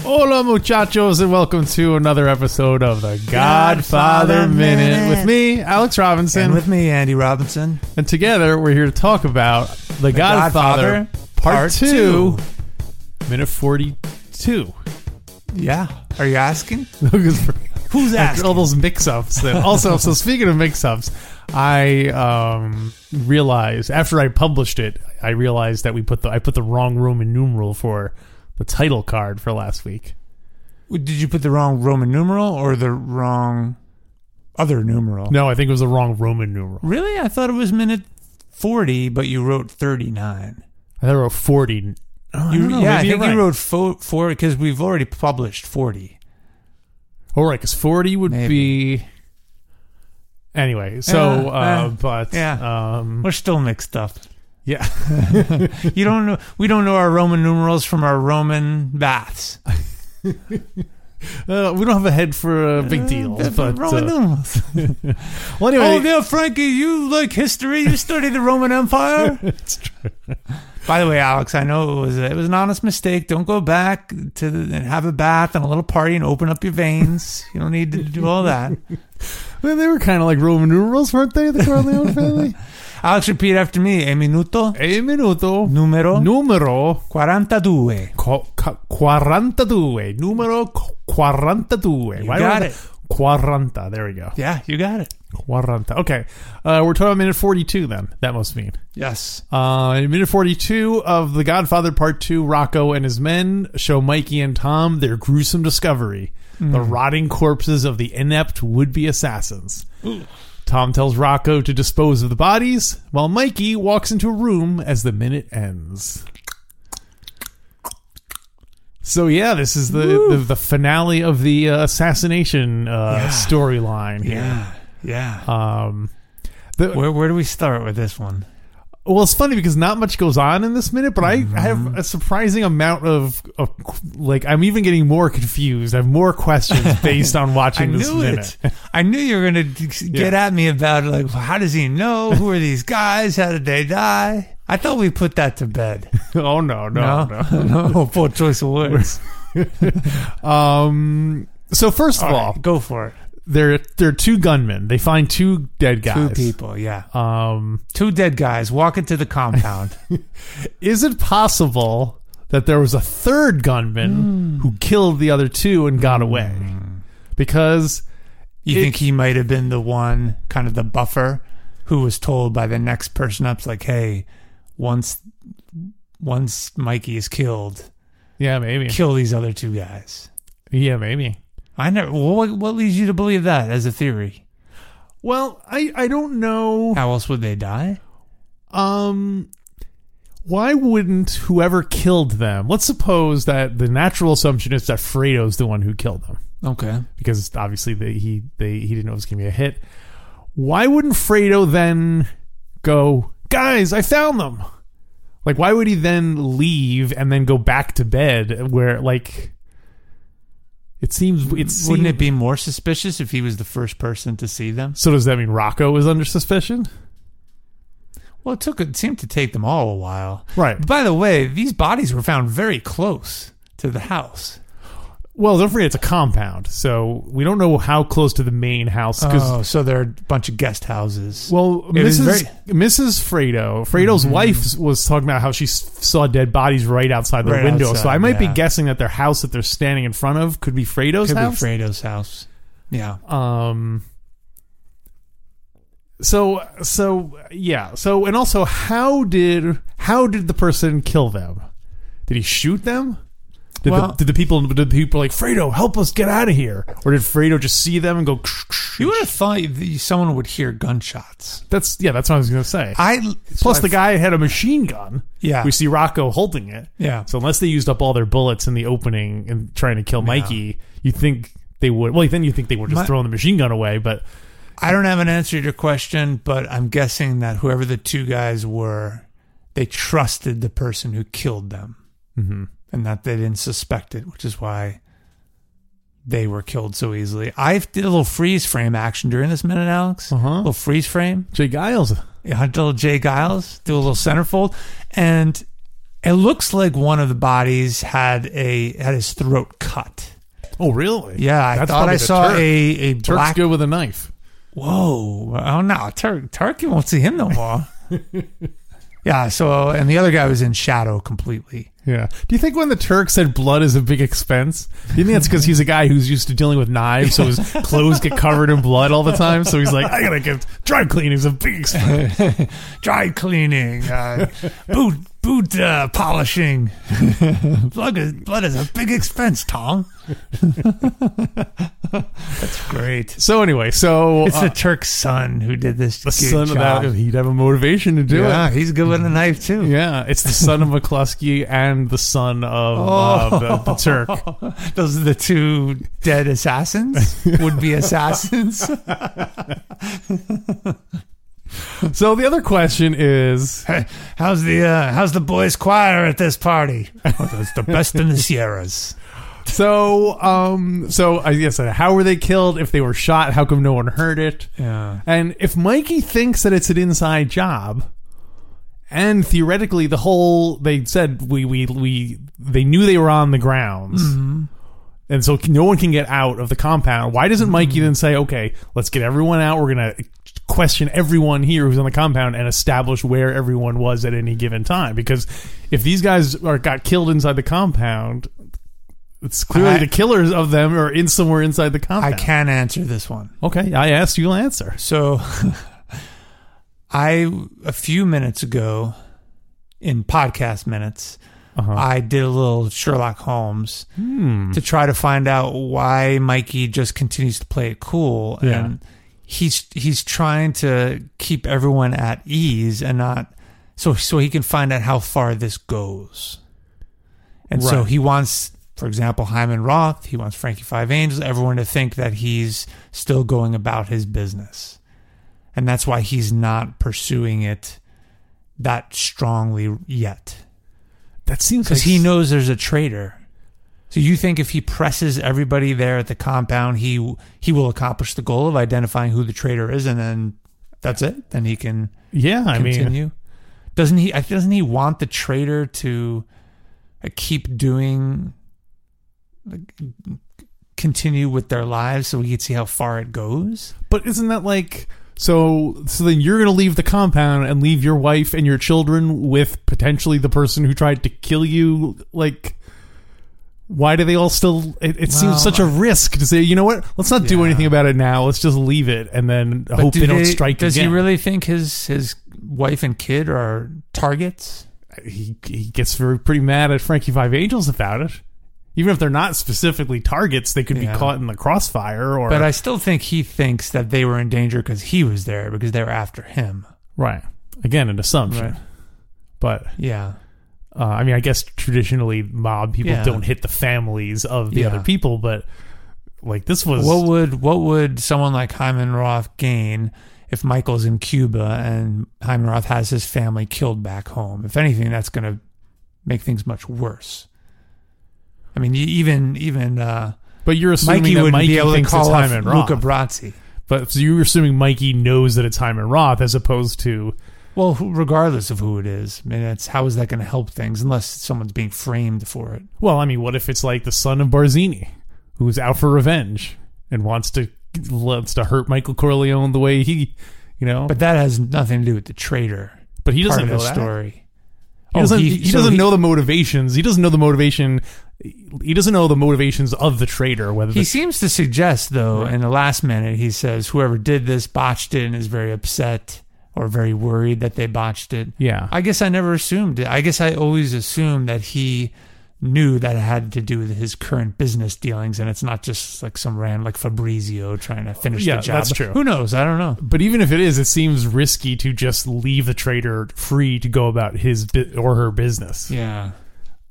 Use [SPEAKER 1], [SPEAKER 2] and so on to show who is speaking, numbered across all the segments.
[SPEAKER 1] Hola, muchachos, and welcome to another episode of the Godfather,
[SPEAKER 2] Godfather
[SPEAKER 1] Minute.
[SPEAKER 2] Minute.
[SPEAKER 1] with me, Alex Robinson.
[SPEAKER 2] And
[SPEAKER 1] And,
[SPEAKER 2] with me, Andy Robinson.
[SPEAKER 1] together, we're here to talk about The, Godfather,
[SPEAKER 2] Godfather,
[SPEAKER 1] Part,
[SPEAKER 2] Part
[SPEAKER 1] 2, Minute 42.
[SPEAKER 2] Yeah. Are you asking?
[SPEAKER 1] Because for-
[SPEAKER 2] Who's
[SPEAKER 1] After all those mix ups. And also, so speaking of mix ups, I um, realized after I published it, I realized that we put the I put the wrong Roman numeral for the title card for last week. oh.
[SPEAKER 2] Did you put the wrong Roman numeral or the wrong other numeral?
[SPEAKER 1] No, I think it was the wrong Roman numeral.
[SPEAKER 2] Really? I thought it was minute 40, but you wrote 39.
[SPEAKER 1] I thought I wrote forty. Oh, I
[SPEAKER 2] You,
[SPEAKER 1] don't know,
[SPEAKER 2] yeah, I
[SPEAKER 1] maybe
[SPEAKER 2] think
[SPEAKER 1] you're
[SPEAKER 2] you
[SPEAKER 1] right.
[SPEAKER 2] wrote fo- 4 because we've already published 40.
[SPEAKER 1] All right, because forty would
[SPEAKER 2] Maybe.
[SPEAKER 1] be. Anyway, so
[SPEAKER 2] Yeah,
[SPEAKER 1] uh,
[SPEAKER 2] yeah,
[SPEAKER 1] but
[SPEAKER 2] yeah.
[SPEAKER 1] um,
[SPEAKER 2] We're still mixed up.
[SPEAKER 1] yeah,
[SPEAKER 2] You don't know. We don't know our Roman numerals from our Roman baths.
[SPEAKER 1] uh, we don't have a head for uh, big deals,
[SPEAKER 2] Uh,
[SPEAKER 1] but
[SPEAKER 2] Roman
[SPEAKER 1] uh,
[SPEAKER 2] numerals.
[SPEAKER 1] well, anyway,
[SPEAKER 2] Oh, yeah, Frankie, you like history. You study the Roman Empire.
[SPEAKER 1] it's true.
[SPEAKER 2] By the way, Alex, I know it was it was an honest mistake. Don't go back to the, and have a bath and a little party and open up your veins. you don't need to do all that.
[SPEAKER 1] Well, they were kind of like Roman numerals, weren't they? The Corleone family.
[SPEAKER 2] Alex, repeat after me. A minuto
[SPEAKER 1] E minuto
[SPEAKER 2] numero
[SPEAKER 1] numero
[SPEAKER 2] 42.
[SPEAKER 1] qu- qu- 42. Numero qu- 42.
[SPEAKER 2] You
[SPEAKER 1] Why do I
[SPEAKER 2] got
[SPEAKER 1] have
[SPEAKER 2] it.
[SPEAKER 1] to- 40. There we go.
[SPEAKER 2] Yeah, you got it.
[SPEAKER 1] 40. Okay. Uh, we're talking about minute 42 then. That must mean.
[SPEAKER 2] Yes.
[SPEAKER 1] Uh, in minute 42 of The Godfather Part 2, Rocco and his men show Mikey and Tom their gruesome discovery the
[SPEAKER 2] Hmm.
[SPEAKER 1] rotting corpses of the inept would be assassins. Tom tells Rocco to dispose of the bodies, while Mikey walks into a room as the minute ends. So yeah, this is the, the, the finale of the uh, assassination uh,
[SPEAKER 2] Yeah.
[SPEAKER 1] storyline here.
[SPEAKER 2] Yeah. Yeah.
[SPEAKER 1] Um, the,
[SPEAKER 2] where where do we start with this one?
[SPEAKER 1] well, it's funny because not much goes on in this minute, but I,
[SPEAKER 2] Mm-hmm.
[SPEAKER 1] I have a surprising amount of, of like I'm even getting more confused. I have more questions based on
[SPEAKER 2] I
[SPEAKER 1] watching this
[SPEAKER 2] knew
[SPEAKER 1] minute.
[SPEAKER 2] it. I knew you were gonna d- get at me about like how does he know? Who are these guys? How did they die? I thought we put that to bed.
[SPEAKER 1] oh no, no, no.
[SPEAKER 2] no, no poor choice of words.
[SPEAKER 1] Um, so first of
[SPEAKER 2] All
[SPEAKER 1] all,
[SPEAKER 2] right, go for it.
[SPEAKER 1] they're they're two gunmen. They find two dead
[SPEAKER 2] Two
[SPEAKER 1] guys.
[SPEAKER 2] people, yeah.
[SPEAKER 1] Um,
[SPEAKER 2] Two dead guys walk into the compound.
[SPEAKER 1] is it possible that there was a third
[SPEAKER 2] Hmm.
[SPEAKER 1] gunman who killed the other two and got away? Because
[SPEAKER 2] You
[SPEAKER 1] It-
[SPEAKER 2] think he might have been the one, kind of the buffer, who was told by the next person up's like, "Hey, once, once Mikey is killed,
[SPEAKER 1] yeah, maybe.
[SPEAKER 2] kill these other two guys."
[SPEAKER 1] Yeah, maybe.
[SPEAKER 2] I never. What, what leads you to believe that as a theory?
[SPEAKER 1] Well, I I don't know.
[SPEAKER 2] How else would they die?
[SPEAKER 1] Um, why wouldn't whoever killed them? Let's suppose that the natural assumption is that Fredo's the one who killed them
[SPEAKER 2] Okay.
[SPEAKER 1] because obviously they, he they he didn't know it was gonna be a hit. Why wouldn't Fredo then go, guys? I found them. Like, why would he then leave and then go back to bed? Where like, it seems it seems,
[SPEAKER 2] Wouldn't it be more suspicious if he was the first person to see them?
[SPEAKER 1] So does that mean Rocco is under suspicion?
[SPEAKER 2] Well, it took. It seemed to take them all a while.
[SPEAKER 1] Right.
[SPEAKER 2] By the way, these bodies were found very close to the house.
[SPEAKER 1] Well, don't forget it's a compound, so we don't know how close to the main house because
[SPEAKER 2] Oh, so there are a bunch of guest houses.
[SPEAKER 1] Well,
[SPEAKER 2] It was Mm-hmm.
[SPEAKER 1] Mrs. Mrs. Fredo, Fredo's wife was talking about how she s- saw dead bodies right outside the
[SPEAKER 2] Right
[SPEAKER 1] window. so
[SPEAKER 2] outside,
[SPEAKER 1] I might be
[SPEAKER 2] yeah.
[SPEAKER 1] guessing that their house that they're standing in front of could be Fredo's
[SPEAKER 2] could
[SPEAKER 1] house.
[SPEAKER 2] be Fredo's house. Yeah.
[SPEAKER 1] um. So so yeah so and also how did how did the person kill them? Did he shoot them? Did,
[SPEAKER 2] Well-
[SPEAKER 1] the, did the people did the people like Fredo help us get out of here? Or did Fredo just see them and go?
[SPEAKER 2] You would have thought that someone would hear gunshots.
[SPEAKER 1] That's yeah. That's what I was gonna say.
[SPEAKER 2] I
[SPEAKER 1] Plus, the guy had a machine gun.
[SPEAKER 2] Yeah.
[SPEAKER 1] We see Rocco holding it.
[SPEAKER 2] Yeah.
[SPEAKER 1] So, unless they used up all their bullets in the opening and trying to kill Mikey, you think they would. Well, then you think they would just
[SPEAKER 2] My-
[SPEAKER 1] throwing the machine gun away, but
[SPEAKER 2] I don't have an answer to your question, but I'm guessing that whoever the two guys were, they trusted the person who killed them
[SPEAKER 1] hmm
[SPEAKER 2] and that they didn't suspect it, which is why they were killed so easily. I did a little freeze frame action during this minute, Alex.
[SPEAKER 1] Uh-huh.
[SPEAKER 2] A little freeze frame.
[SPEAKER 1] Jay Giles.
[SPEAKER 2] Yeah, I did a little Jay Giles, do a little centerfold, and it looks like one of the bodies had a had his throat cut.
[SPEAKER 1] Oh, really?
[SPEAKER 2] Yeah, I
[SPEAKER 1] That's
[SPEAKER 2] thought
[SPEAKER 1] probably
[SPEAKER 2] I
[SPEAKER 1] the
[SPEAKER 2] saw
[SPEAKER 1] Turk.
[SPEAKER 2] a a
[SPEAKER 1] Turk's
[SPEAKER 2] black.
[SPEAKER 1] good with a knife.
[SPEAKER 2] Whoa! Oh no, Turk Turk, you won't see him no more. yeah. So and the other guy was in shadow completely.
[SPEAKER 1] Yeah. Do you think when the Turk said blood is a big expense, do you think that's because he's a guy who's used to dealing with knives, so his clothes get covered in blood all the time? So he's like, I gotta get dry cleaning's a big expense.
[SPEAKER 2] dry cleaning, uh, boot boot uh, polishing. blood, is, blood is a big expense, Tom. That's great.
[SPEAKER 1] So anyway, so
[SPEAKER 2] It's
[SPEAKER 1] uh,
[SPEAKER 2] the Turk's son who did this.
[SPEAKER 1] the son of
[SPEAKER 2] job.
[SPEAKER 1] that, he'd have a motivation to do
[SPEAKER 2] Yeah,
[SPEAKER 1] it.
[SPEAKER 2] he's good with a knife too.
[SPEAKER 1] Yeah, it's the son of McCluskey and the son of uh, the, the Turk.
[SPEAKER 2] Those are the two dead assassins, would be assassins.
[SPEAKER 1] So the other question is,
[SPEAKER 2] how's the uh, how's the boys' choir at this party? Oh, that's the best in the Sierras.
[SPEAKER 1] so um, so I guess uh, how were they killed? If they were shot, how come no one heard it?
[SPEAKER 2] Yeah.
[SPEAKER 1] And if Mikey thinks that it's an inside job, and theoretically the whole they said we we we they knew they were on the grounds. And so no one can get out of the compound. Why doesn't Mikey
[SPEAKER 2] Hmm.
[SPEAKER 1] then say, "Okay, let's get everyone out. We're going to question everyone here who's on the compound and establish where everyone was at any given time?" Because if these guys are got killed inside the compound, it's clearly
[SPEAKER 2] I-
[SPEAKER 1] the killers of them are in somewhere inside the
[SPEAKER 2] I
[SPEAKER 1] compound.
[SPEAKER 2] can answer this one.
[SPEAKER 1] okay, I asked, you'll answer.
[SPEAKER 2] So I a few minutes ago in podcast minutes,
[SPEAKER 1] Uh-huh.
[SPEAKER 2] I did a little Sherlock Holmes to try to find out why Mikey just continues to play it cool
[SPEAKER 1] Yeah.
[SPEAKER 2] and he's he's trying to keep everyone at ease and not so so he can find out how far this goes. And so
[SPEAKER 1] Right.
[SPEAKER 2] he wants, for example, Hyman Roth, he wants Frankie Five Angels, everyone to think that he's still going about his business. And that's why he's not pursuing it that strongly yet.
[SPEAKER 1] That seems
[SPEAKER 2] Because he knows there's a traitor. So you think if he presses everybody there at the compound, he he will accomplish the goal of identifying who the traitor is, and then that's it. Then he can
[SPEAKER 1] Yeah, I
[SPEAKER 2] continue.
[SPEAKER 1] mean,
[SPEAKER 2] doesn't he? I- Doesn't he want the traitor to uh, keep doing, like, continue with their lives, so we can see how far it goes?
[SPEAKER 1] but isn't that like so? So then you're gonna leave the compound and leave your wife and your children with potentially the person who tried to kill you. Like, why do they all still? It, it
[SPEAKER 2] Well,
[SPEAKER 1] seems such a risk to say, you know what? Let's not do
[SPEAKER 2] Yeah.
[SPEAKER 1] anything about it now. Let's just leave it and then
[SPEAKER 2] But
[SPEAKER 1] hope
[SPEAKER 2] do
[SPEAKER 1] they, don't strike
[SPEAKER 2] Does
[SPEAKER 1] again.
[SPEAKER 2] he really think his his wife and kid are targets?
[SPEAKER 1] he he gets very pretty mad at Frankie Five Angels about it. Even if they're not specifically targets, they could
[SPEAKER 2] Yeah.
[SPEAKER 1] be caught in the crossfire or
[SPEAKER 2] But I still think he thinks that they were in danger because he was there because they were after him.
[SPEAKER 1] right again an assumption.
[SPEAKER 2] Right.
[SPEAKER 1] But
[SPEAKER 2] Yeah.
[SPEAKER 1] Uh, I mean, I guess traditionally mob people
[SPEAKER 2] Yeah.
[SPEAKER 1] don't hit the families of the
[SPEAKER 2] Yeah.
[SPEAKER 1] other people, but like this was
[SPEAKER 2] What would what would someone like Hyman Roth gain if Michael's in Cuba and Hyman Roth has his family killed back home? If anything, that's going to make things much worse. I mean, e- even even uh,
[SPEAKER 1] but you're assuming
[SPEAKER 2] Mikey
[SPEAKER 1] that
[SPEAKER 2] would
[SPEAKER 1] Mikey
[SPEAKER 2] be able to
[SPEAKER 1] thinks
[SPEAKER 2] call
[SPEAKER 1] it's
[SPEAKER 2] off
[SPEAKER 1] Hyman Roth,
[SPEAKER 2] Luca Brazzi.
[SPEAKER 1] but so you're assuming Mikey knows that it's Hyman Roth as opposed to
[SPEAKER 2] Well, who- regardless of who it is, I mean, that's how is that going to help things unless someone's being framed for it?
[SPEAKER 1] well, I mean, what if it's like the son of Barzini who's out for revenge and wants to wants to hurt Michael Corleone the way he, you know,
[SPEAKER 2] But that has nothing to do with the traitor.
[SPEAKER 1] but he doesn't
[SPEAKER 2] part
[SPEAKER 1] know
[SPEAKER 2] of the
[SPEAKER 1] that.
[SPEAKER 2] story. Oh,
[SPEAKER 1] He doesn't,
[SPEAKER 2] he-
[SPEAKER 1] Oh, he,
[SPEAKER 2] so
[SPEAKER 1] doesn't
[SPEAKER 2] he-
[SPEAKER 1] know the motivations. He doesn't know the motivation. He doesn't know the motivations of the traitor. Whether
[SPEAKER 2] He
[SPEAKER 1] the
[SPEAKER 2] seems to suggest, though, in the last minute, he says whoever did this botched it and is very upset or very worried that they botched it.
[SPEAKER 1] yeah,
[SPEAKER 2] I guess I never assumed it. I guess I always assumed that he knew that it had to do with his current business dealings and it's not just like some random like Fabrizio trying to finish
[SPEAKER 1] Yeah,
[SPEAKER 2] the job.
[SPEAKER 1] that's true.
[SPEAKER 2] Who knows? I don't know.
[SPEAKER 1] But even if it is, it seems risky to just leave the trader free to go about his bu- or her business.
[SPEAKER 2] Yeah.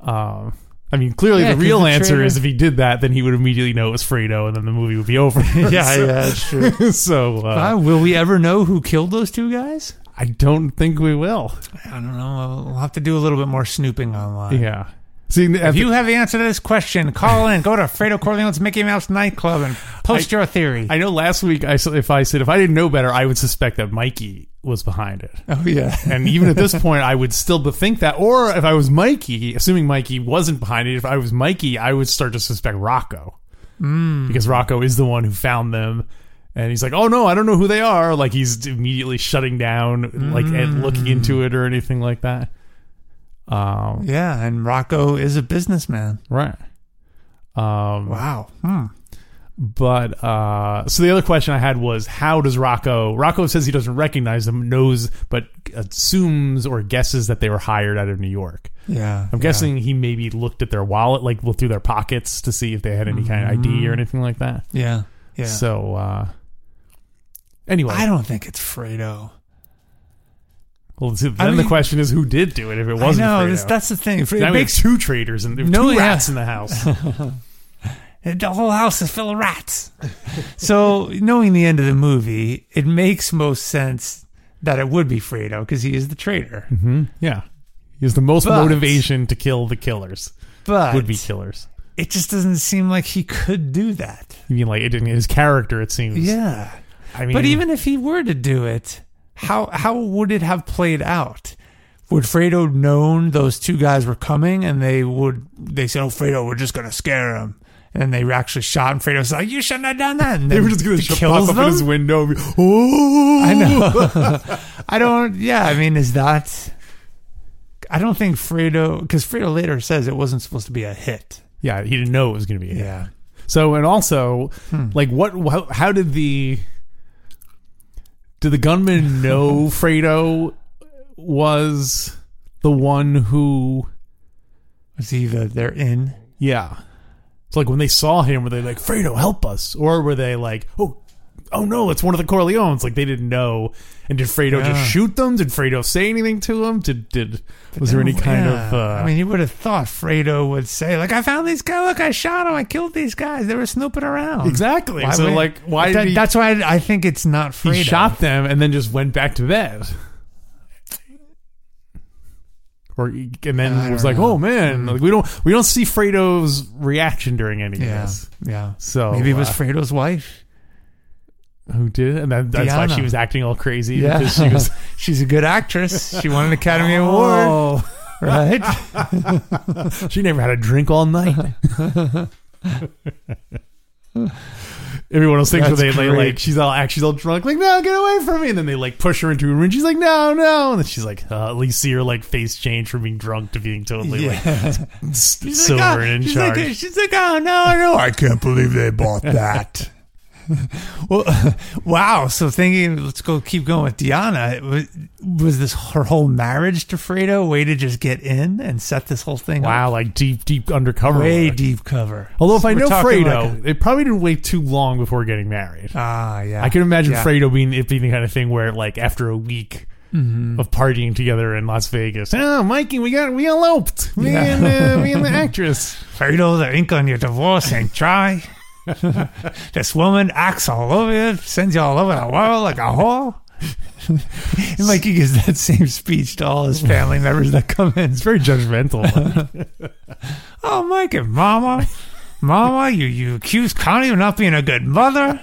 [SPEAKER 1] Um, I mean, clearly
[SPEAKER 2] Yeah,
[SPEAKER 1] the
[SPEAKER 2] 'cause
[SPEAKER 1] real
[SPEAKER 2] the
[SPEAKER 1] answer
[SPEAKER 2] trailer-
[SPEAKER 1] is if he did that, then he would immediately know it was Fredo, and then the movie would be over.
[SPEAKER 2] yeah,
[SPEAKER 1] uh,
[SPEAKER 2] yeah, that's true.
[SPEAKER 1] so uh,
[SPEAKER 2] Uh, will we ever know who killed those two guys?
[SPEAKER 1] I don't think we will.
[SPEAKER 2] I don't know. We'll have to do a little bit more snooping online.
[SPEAKER 1] Yeah. See,
[SPEAKER 2] If you have the answer to this question, call in. Go to Fredo Corleone's Mickey Mouse nightclub and post your theory.
[SPEAKER 1] I know last week I s- if I said if I didn't know better, I would suspect that Mikey was behind it.
[SPEAKER 2] oh yeah.
[SPEAKER 1] And even at this point, I would still think that. Or if I was Mikey, assuming Mikey wasn't behind it, if I was Mikey, I would start to suspect Rocco because Rocco is the one who found them. And he's like, "Oh no, I don't know who they are." Like he's immediately shutting down, like and looking into it or anything like that. Um,
[SPEAKER 2] Yeah, and Rocco is a businessman.
[SPEAKER 1] right. Um,
[SPEAKER 2] Wow. Hmm.
[SPEAKER 1] But uh, so the other question I had was how does Rocco? Rocco says he doesn't recognize them, knows, but assumes or guesses that they were hired out of New York.
[SPEAKER 2] Yeah.
[SPEAKER 1] I'm guessing he maybe looked at their wallet, like well, through their pockets to see if they had any kind of ID or anything like that.
[SPEAKER 2] Yeah. Mm-hmm. Yeah.
[SPEAKER 1] So uh, anyway,
[SPEAKER 2] I don't think it's Fredo.
[SPEAKER 1] well, so
[SPEAKER 2] I
[SPEAKER 1] then the
[SPEAKER 2] mean-
[SPEAKER 1] question is who did do it if it
[SPEAKER 2] I
[SPEAKER 1] wasn't
[SPEAKER 2] know.
[SPEAKER 1] Fredo.
[SPEAKER 2] This, that's the thing. Fre-
[SPEAKER 1] now
[SPEAKER 2] It
[SPEAKER 1] we have
[SPEAKER 2] makes,
[SPEAKER 1] two traitors and
[SPEAKER 2] No,
[SPEAKER 1] two
[SPEAKER 2] yeah.
[SPEAKER 1] rats in the house.
[SPEAKER 2] the whole house is full of rats. so, knowing the end of the movie, it makes most sense that it would be Fredo because he is the traitor.
[SPEAKER 1] Mm-hmm. yeah, he has the most
[SPEAKER 2] But-
[SPEAKER 1] motivation to kill the killers.
[SPEAKER 2] But
[SPEAKER 1] Would be killers.
[SPEAKER 2] it just doesn't seem like he could do that.
[SPEAKER 1] You mean like it didn't his character? It seems.
[SPEAKER 2] Yeah.
[SPEAKER 1] I mean,
[SPEAKER 2] But even if he were to do it, how how would it have played out? Would Fredo known those two guys were coming and they would they said, "Oh, Fredo, we're just gonna scare him," and then they were actually shot, and Fredo's like, "You shouldn't have done that." And
[SPEAKER 1] they
[SPEAKER 2] then
[SPEAKER 1] were just going
[SPEAKER 2] he
[SPEAKER 1] to pop
[SPEAKER 2] kills
[SPEAKER 1] up
[SPEAKER 2] them?
[SPEAKER 1] at his window. And be, oh,
[SPEAKER 2] I know. I don't. Yeah, I mean, is that? I don't think Fredo, because Fredo later says it wasn't supposed to be a hit.
[SPEAKER 1] Yeah, he didn't know it was going to be. a hit. So and also,
[SPEAKER 2] Hmm.
[SPEAKER 1] like, what? How, how did the did the gunman know Fredo was the one who?
[SPEAKER 2] was he the they're in?
[SPEAKER 1] Yeah, it's like when they saw him, were they like Fredo, help us, or were they like, oh, oh no, it's one of the Corleones? Like they didn't know. And did Fredo
[SPEAKER 2] Yeah.
[SPEAKER 1] just shoot them? Did Fredo say anything to him? Did did was there any kind of?
[SPEAKER 2] Oh, Yeah.
[SPEAKER 1] Uh,
[SPEAKER 2] I mean, you would have thought Fredo would say, "Like, I found these guys. Look, I shot them. I killed these guys. They were snooping around."
[SPEAKER 1] exactly. so
[SPEAKER 2] would-
[SPEAKER 1] like, why
[SPEAKER 2] That-
[SPEAKER 1] did he?
[SPEAKER 2] That's why I, I think it's not Fredo.
[SPEAKER 1] He shot them and then just went back to bed. Or and then
[SPEAKER 2] I
[SPEAKER 1] was
[SPEAKER 2] don't
[SPEAKER 1] like,
[SPEAKER 2] know.
[SPEAKER 1] "Oh
[SPEAKER 2] hmm.
[SPEAKER 1] man, like we don't we don't see Fredo's reaction during any of
[SPEAKER 2] Yeah,
[SPEAKER 1] this."
[SPEAKER 2] yeah.
[SPEAKER 1] So
[SPEAKER 2] Maybe it was
[SPEAKER 1] uh,
[SPEAKER 2] Fredo's wife.
[SPEAKER 1] who did, it? and that, that's why
[SPEAKER 2] Deanna.
[SPEAKER 1] she was acting all crazy
[SPEAKER 2] Yeah,
[SPEAKER 1] because she was
[SPEAKER 2] She's a good actress. She won an Academy Award,
[SPEAKER 1] oh,
[SPEAKER 2] right?
[SPEAKER 1] she never had a drink all night. Every one of those things
[SPEAKER 2] That's
[SPEAKER 1] where they like,
[SPEAKER 2] great.
[SPEAKER 1] like she's all act- she's all drunk, like no, get away from me, and then they like push her into a room. She's like, no, no, and then she's like, uh, at least see her like face change from being drunk to being totally like
[SPEAKER 2] She's
[SPEAKER 1] silver
[SPEAKER 2] like, oh,
[SPEAKER 1] and in
[SPEAKER 2] she's
[SPEAKER 1] charge.
[SPEAKER 2] Like, she's like, oh no, no, I can't believe they bought that. well, wow. So thinking, let's go keep going with Diana. It was, was this her whole marriage to Fredo? a Way to just get in and set this whole thing up.
[SPEAKER 1] wow, like deep, deep undercover.
[SPEAKER 2] Way
[SPEAKER 1] work.
[SPEAKER 2] deep cover.
[SPEAKER 1] Although if I
[SPEAKER 2] We're
[SPEAKER 1] know
[SPEAKER 2] talking
[SPEAKER 1] Fredo,
[SPEAKER 2] like a-
[SPEAKER 1] they probably didn't wait too long before getting married.
[SPEAKER 2] ah, yeah.
[SPEAKER 1] I can imagine
[SPEAKER 2] Yeah.
[SPEAKER 1] Fredo being it being the kind of thing where like after a week of partying together in Las Vegas, oh Mikey, we got we eloped. Me
[SPEAKER 2] Yeah.
[SPEAKER 1] and uh, me and the actress.
[SPEAKER 2] Fredo, the ink on your divorce ain't dry. this woman acts all over you, sends you all over the world like a whore. and Mikey gives that same speech to all his family members that come in.
[SPEAKER 1] It's very judgmental.
[SPEAKER 2] Oh, Mike and Mama. Mama, you, you accuse Connie of not being a good mother.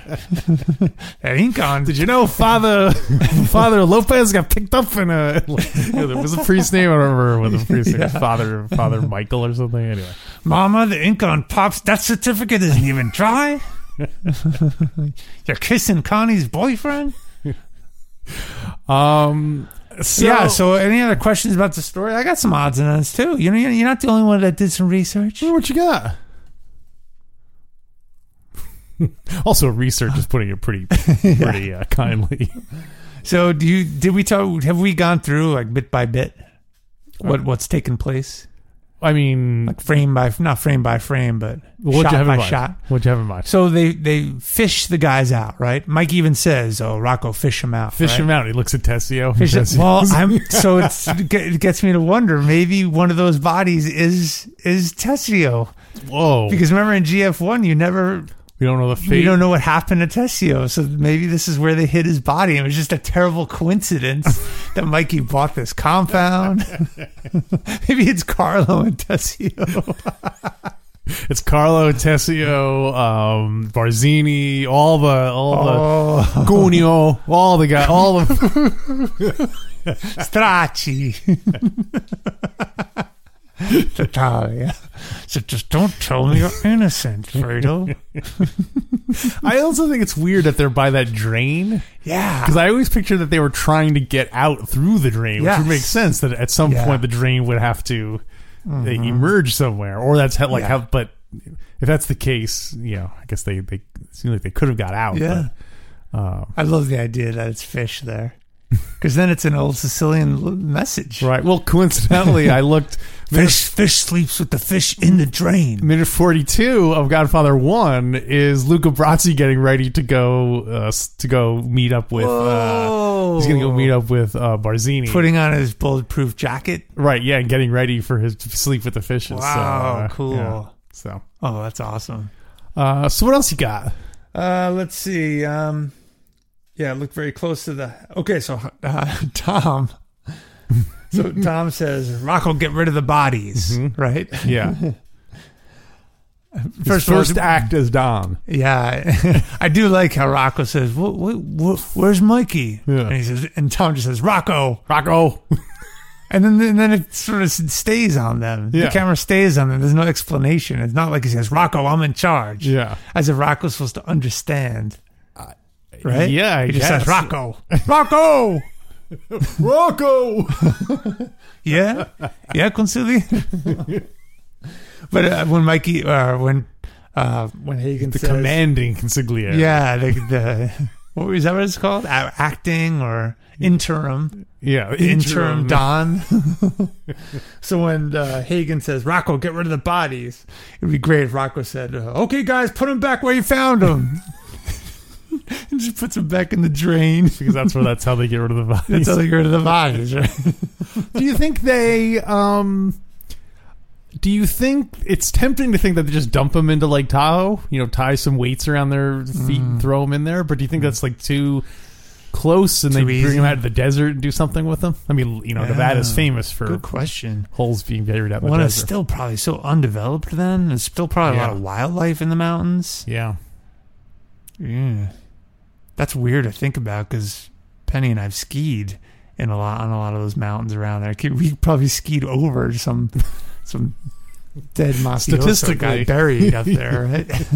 [SPEAKER 2] that ink on.
[SPEAKER 1] Did you know Father Father Lopez got picked up in a yeah, there was a priest name I don't remember what the priest name was. Father Father Michael or something. Anyway.
[SPEAKER 2] Mama, the ink on Pop's death certificate isn't even dry. You're kissing Connie's boyfriend?
[SPEAKER 1] Um so,
[SPEAKER 2] yeah. So, any other questions about the story? I got some odds and ends too. You know, you're not the only one that did some research.
[SPEAKER 1] what you got? also, research is putting it pretty, pretty uh, kindly.
[SPEAKER 2] So, do
[SPEAKER 1] Uh,
[SPEAKER 2] you? Did we talk? Have we gone through like bit by bit what what's taken place?
[SPEAKER 1] I mean,
[SPEAKER 2] like frame by not frame by frame, but
[SPEAKER 1] what
[SPEAKER 2] shot
[SPEAKER 1] you have in
[SPEAKER 2] by
[SPEAKER 1] mind?
[SPEAKER 2] shot.
[SPEAKER 1] What you have in mind?
[SPEAKER 2] So they they fish the guys out, right? Mike even says, "Oh, Rocco, fish him out."
[SPEAKER 1] Fish
[SPEAKER 2] right?
[SPEAKER 1] him out. He looks at Tessio.
[SPEAKER 2] Fish it-
[SPEAKER 1] Tessio-
[SPEAKER 2] Well, I'm so it's, it gets me to wonder. Maybe one of those bodies is is Tessio
[SPEAKER 1] whoa!
[SPEAKER 2] because remember in GF one you never
[SPEAKER 1] we don't know the
[SPEAKER 2] we
[SPEAKER 1] fate.
[SPEAKER 2] don't know what happened to Tessio, so maybe this is where they hid his body. It was just a terrible coincidence that Mikey bought this compound. maybe it's Carlo and Tessio.
[SPEAKER 1] It's Carlo Tessio, um, Barzini, all the all the
[SPEAKER 2] Oh,
[SPEAKER 1] Cuneo, all the guy, all the
[SPEAKER 2] Stracci. Natalia. So just don't tell me you're innocent, Fredo.
[SPEAKER 1] I also think it's weird that they're by that drain
[SPEAKER 2] Yeah.
[SPEAKER 1] because I always picture that they were trying to get out through the drain, which
[SPEAKER 2] Yes.
[SPEAKER 1] would make sense that at some
[SPEAKER 2] Yeah. Mm-hmm.
[SPEAKER 1] point the drain would have to uh, emerge somewhere, or that's how, like
[SPEAKER 2] Yeah.
[SPEAKER 1] how. But if that's the case, you know, I guess they they seem like they could have got out.
[SPEAKER 2] Yeah.
[SPEAKER 1] but, um,
[SPEAKER 2] I love the idea that it's fish there. Because then it's an old Sicilian l- message.
[SPEAKER 1] right. Well, coincidentally, I looked.
[SPEAKER 2] Fish, fish sleeps with the fish in the drain.
[SPEAKER 1] Minute 42 of Godfather 1 is Luca Brasi getting ready to go uh, s- to go meet up with uh,
[SPEAKER 2] Whoa.
[SPEAKER 1] he's going to go meet up with uh, Barzini.
[SPEAKER 2] Putting on his bulletproof jacket.
[SPEAKER 1] right, yeah, and getting ready for his sleep with the fishes.
[SPEAKER 2] Wow,
[SPEAKER 1] so, uh,
[SPEAKER 2] cool.
[SPEAKER 1] yeah, so
[SPEAKER 2] Oh, that's awesome.
[SPEAKER 1] uh, so what else you got?
[SPEAKER 2] Uh, let's see. Um, yeah, look very close to the. Okay, so uh, Tom. So Tom says, "Rocco, get rid of the bodies." Right?
[SPEAKER 1] Yeah. His
[SPEAKER 2] First,
[SPEAKER 1] first,
[SPEAKER 2] of all,
[SPEAKER 1] act is Don.
[SPEAKER 2] yeah, I do like how Rocco says, "Wh- wh- wh- "Where's Mikey?"
[SPEAKER 1] Yeah.
[SPEAKER 2] And he says, and Tom just says, "Rocco,"
[SPEAKER 1] Rocco.
[SPEAKER 2] and then and then it sort of stays on them.
[SPEAKER 1] Yeah.
[SPEAKER 2] The camera stays on them. There's no explanation. It's not like he says, "Rocco, I'm in charge,"
[SPEAKER 1] Yeah.
[SPEAKER 2] as if Rocco's supposed to understand. Right?
[SPEAKER 1] Yeah, I
[SPEAKER 2] he just
[SPEAKER 1] guess.
[SPEAKER 2] says Rocco. Rocco.
[SPEAKER 1] Rocco.
[SPEAKER 2] Yeah, yeah, Concili. but uh, when Mikey or when uh, when Hagen
[SPEAKER 1] the
[SPEAKER 2] says,
[SPEAKER 1] commanding consigliere.
[SPEAKER 2] yeah, the, the what was that? What it's called? A- Acting or interim
[SPEAKER 1] Yeah,
[SPEAKER 2] interim, Don. so when uh, Hagen says, "Rocco, get rid of the bodies," it'd be great if Rocco said, uh, "Okay, guys, put them back where you found them." and just puts them back in the drain.
[SPEAKER 1] because that's where that's how they get rid of the bodies.
[SPEAKER 2] That's how they get rid of the bodies, right?
[SPEAKER 1] do you think they um do you think it's tempting to think that they just dump them into Lake Tahoe, you know, tie some weights around their feet
[SPEAKER 2] Mm.
[SPEAKER 1] and throw them in there? But do you think that's like too close and they
[SPEAKER 2] Too
[SPEAKER 1] bring
[SPEAKER 2] easy?
[SPEAKER 1] them out of the desert and do something with them? I mean, you know,
[SPEAKER 2] Yeah.
[SPEAKER 1] Nevada's famous for
[SPEAKER 2] Good question.
[SPEAKER 1] holes being buried out in the
[SPEAKER 2] Well, it's
[SPEAKER 1] desert.
[SPEAKER 2] still probably so undeveloped then. There's still probably a lot
[SPEAKER 1] Yeah.
[SPEAKER 2] of wildlife in the mountains.
[SPEAKER 1] yeah.
[SPEAKER 2] Yeah. That's weird to think about because Penny and I've skied in a lot on a lot of those mountains around there. Could- We probably skied over some some dead mafioso
[SPEAKER 1] Statistically.
[SPEAKER 2] guy buried up there, right?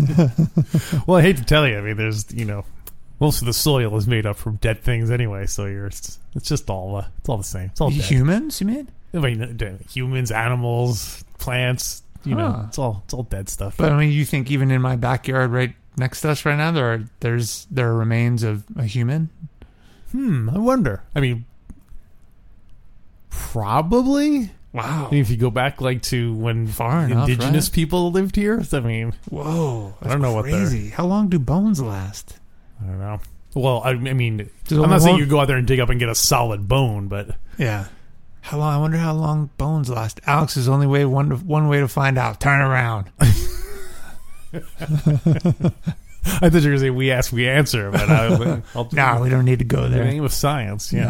[SPEAKER 1] Well, I hate to tell you, I mean, there's you know, most of the soil is made up from dead things anyway, so you're it's, it's just all uh, it's all the same. It's all dead.
[SPEAKER 2] Humans, you mean?
[SPEAKER 1] I mean, dead- humans, animals, plants. You know,
[SPEAKER 2] Huh.
[SPEAKER 1] it's all it's all dead stuff.
[SPEAKER 2] But I mean, you think even in my backyard, right next to us, right now, there are there's there are remains of a human.
[SPEAKER 1] Hmm, I wonder. I mean, probably.
[SPEAKER 2] Wow!
[SPEAKER 1] I mean, if you go back like to when
[SPEAKER 2] Far enough,
[SPEAKER 1] indigenous
[SPEAKER 2] right?
[SPEAKER 1] people lived here, I mean,
[SPEAKER 2] Whoa!
[SPEAKER 1] I don't know what they're-
[SPEAKER 2] crazy. How long do bones last?
[SPEAKER 1] I don't know. Well, I, I mean,
[SPEAKER 2] Does
[SPEAKER 1] I'm
[SPEAKER 2] only
[SPEAKER 1] not saying
[SPEAKER 2] one-
[SPEAKER 1] you go out there and dig up and get a solid bone, but
[SPEAKER 2] Yeah. How long? I wonder how long bones last. Alex's only way one one way to find out. Turn around.
[SPEAKER 1] I thought you were going to say we ask, we answer. But I, I'll
[SPEAKER 2] No, we don't need to go
[SPEAKER 1] in the
[SPEAKER 2] there.
[SPEAKER 1] name of science, yeah.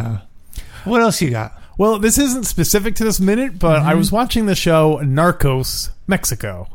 [SPEAKER 2] Yeah. What else you got?
[SPEAKER 1] Well, this isn't specific to this minute, but
[SPEAKER 2] Mm-hmm.
[SPEAKER 1] I was watching the show Narcos Mexico.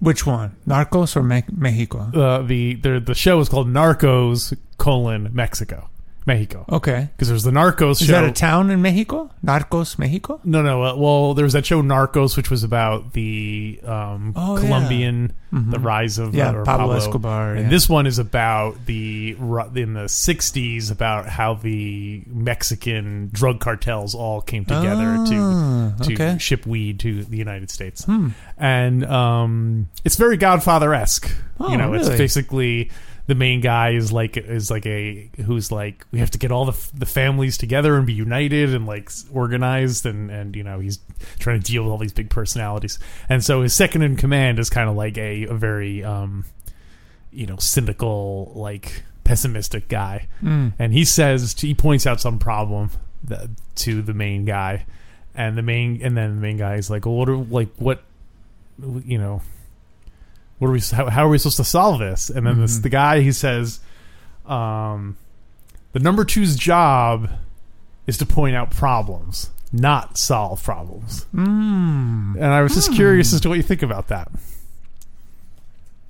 [SPEAKER 2] Which one? Narcos or Me- Mexico?
[SPEAKER 1] Uh, the the the show is called Narcos colon Mexico, Mexico,
[SPEAKER 2] Okay.
[SPEAKER 1] because there's the Narcos
[SPEAKER 2] Oh. Is
[SPEAKER 1] show.
[SPEAKER 2] that a town in Mexico? Narcos, Mexico?
[SPEAKER 1] No, no. Uh, well, there was that show Narcos, which was about the um,
[SPEAKER 2] Oh, yeah. Mm-hmm.
[SPEAKER 1] Colombian, the rise of
[SPEAKER 2] Yeah,
[SPEAKER 1] uh, or
[SPEAKER 2] Pablo Escobar,
[SPEAKER 1] And
[SPEAKER 2] yeah.
[SPEAKER 1] this one is about the ru- in the '60s about how the Mexican drug cartels all came together
[SPEAKER 2] Ah,
[SPEAKER 1] to to
[SPEAKER 2] okay. Hmm.
[SPEAKER 1] ship weed to the United States. And um, it's very Godfather esque.
[SPEAKER 2] Oh,
[SPEAKER 1] you know, it's
[SPEAKER 2] really?
[SPEAKER 1] basically the main guy is like is like a who's like we have to get all the f- the families together and be united and like s- organized and and you know he's trying to deal with all these big personalities and so his second in command is kind of like a, a very um you know cynical like pessimistic guy
[SPEAKER 2] Mm.
[SPEAKER 1] and he says he points out some problem that, to the main guy and the main and then the main guy is like well what are like what you know what are we how, how are we supposed to solve this and then this
[SPEAKER 2] Mhm.
[SPEAKER 1] the guy he says um the number two's job is to point out problems not solve problems
[SPEAKER 2] Mm.
[SPEAKER 1] and i was just curious as to what you think about that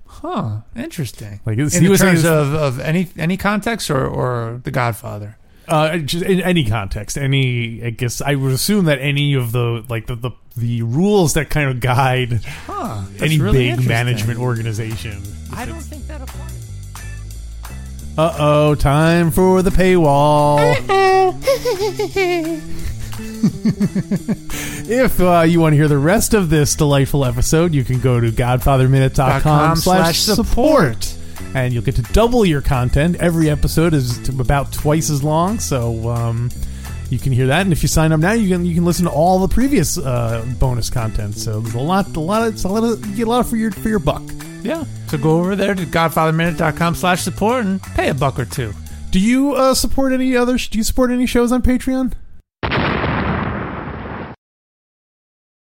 [SPEAKER 2] Huh. Interesting.
[SPEAKER 1] like it's-
[SPEAKER 2] In
[SPEAKER 1] he
[SPEAKER 2] the
[SPEAKER 1] was
[SPEAKER 2] terms
[SPEAKER 1] saying-
[SPEAKER 2] of, of any any context or, or The Godfather.
[SPEAKER 1] Uh, just in any context, any I guess I would assume that any of the like the the, the rules that kind of guide
[SPEAKER 2] Huh. That's
[SPEAKER 1] any
[SPEAKER 2] really
[SPEAKER 1] big
[SPEAKER 2] interesting.
[SPEAKER 1] management organization.
[SPEAKER 2] I don't think that applies.
[SPEAKER 1] Uh oh, time for the paywall. if uh, you want to hear the rest of this delightful episode, you can go to godfatherminute.com
[SPEAKER 2] com
[SPEAKER 1] slash
[SPEAKER 2] slash
[SPEAKER 1] support. And you'll get to double your content. Every episode is t- about twice as long, so um, you can hear that. And if you sign up now, you can you can listen to all the previous uh, bonus content. So there's a lot, a lot, of, it's a lot of, you get a lot for your for your buck.
[SPEAKER 2] Yeah. So go over there to godfatherminute.com slash support and pay a buck or two.
[SPEAKER 1] Do you uh, support any other? Do you support any shows on Patreon?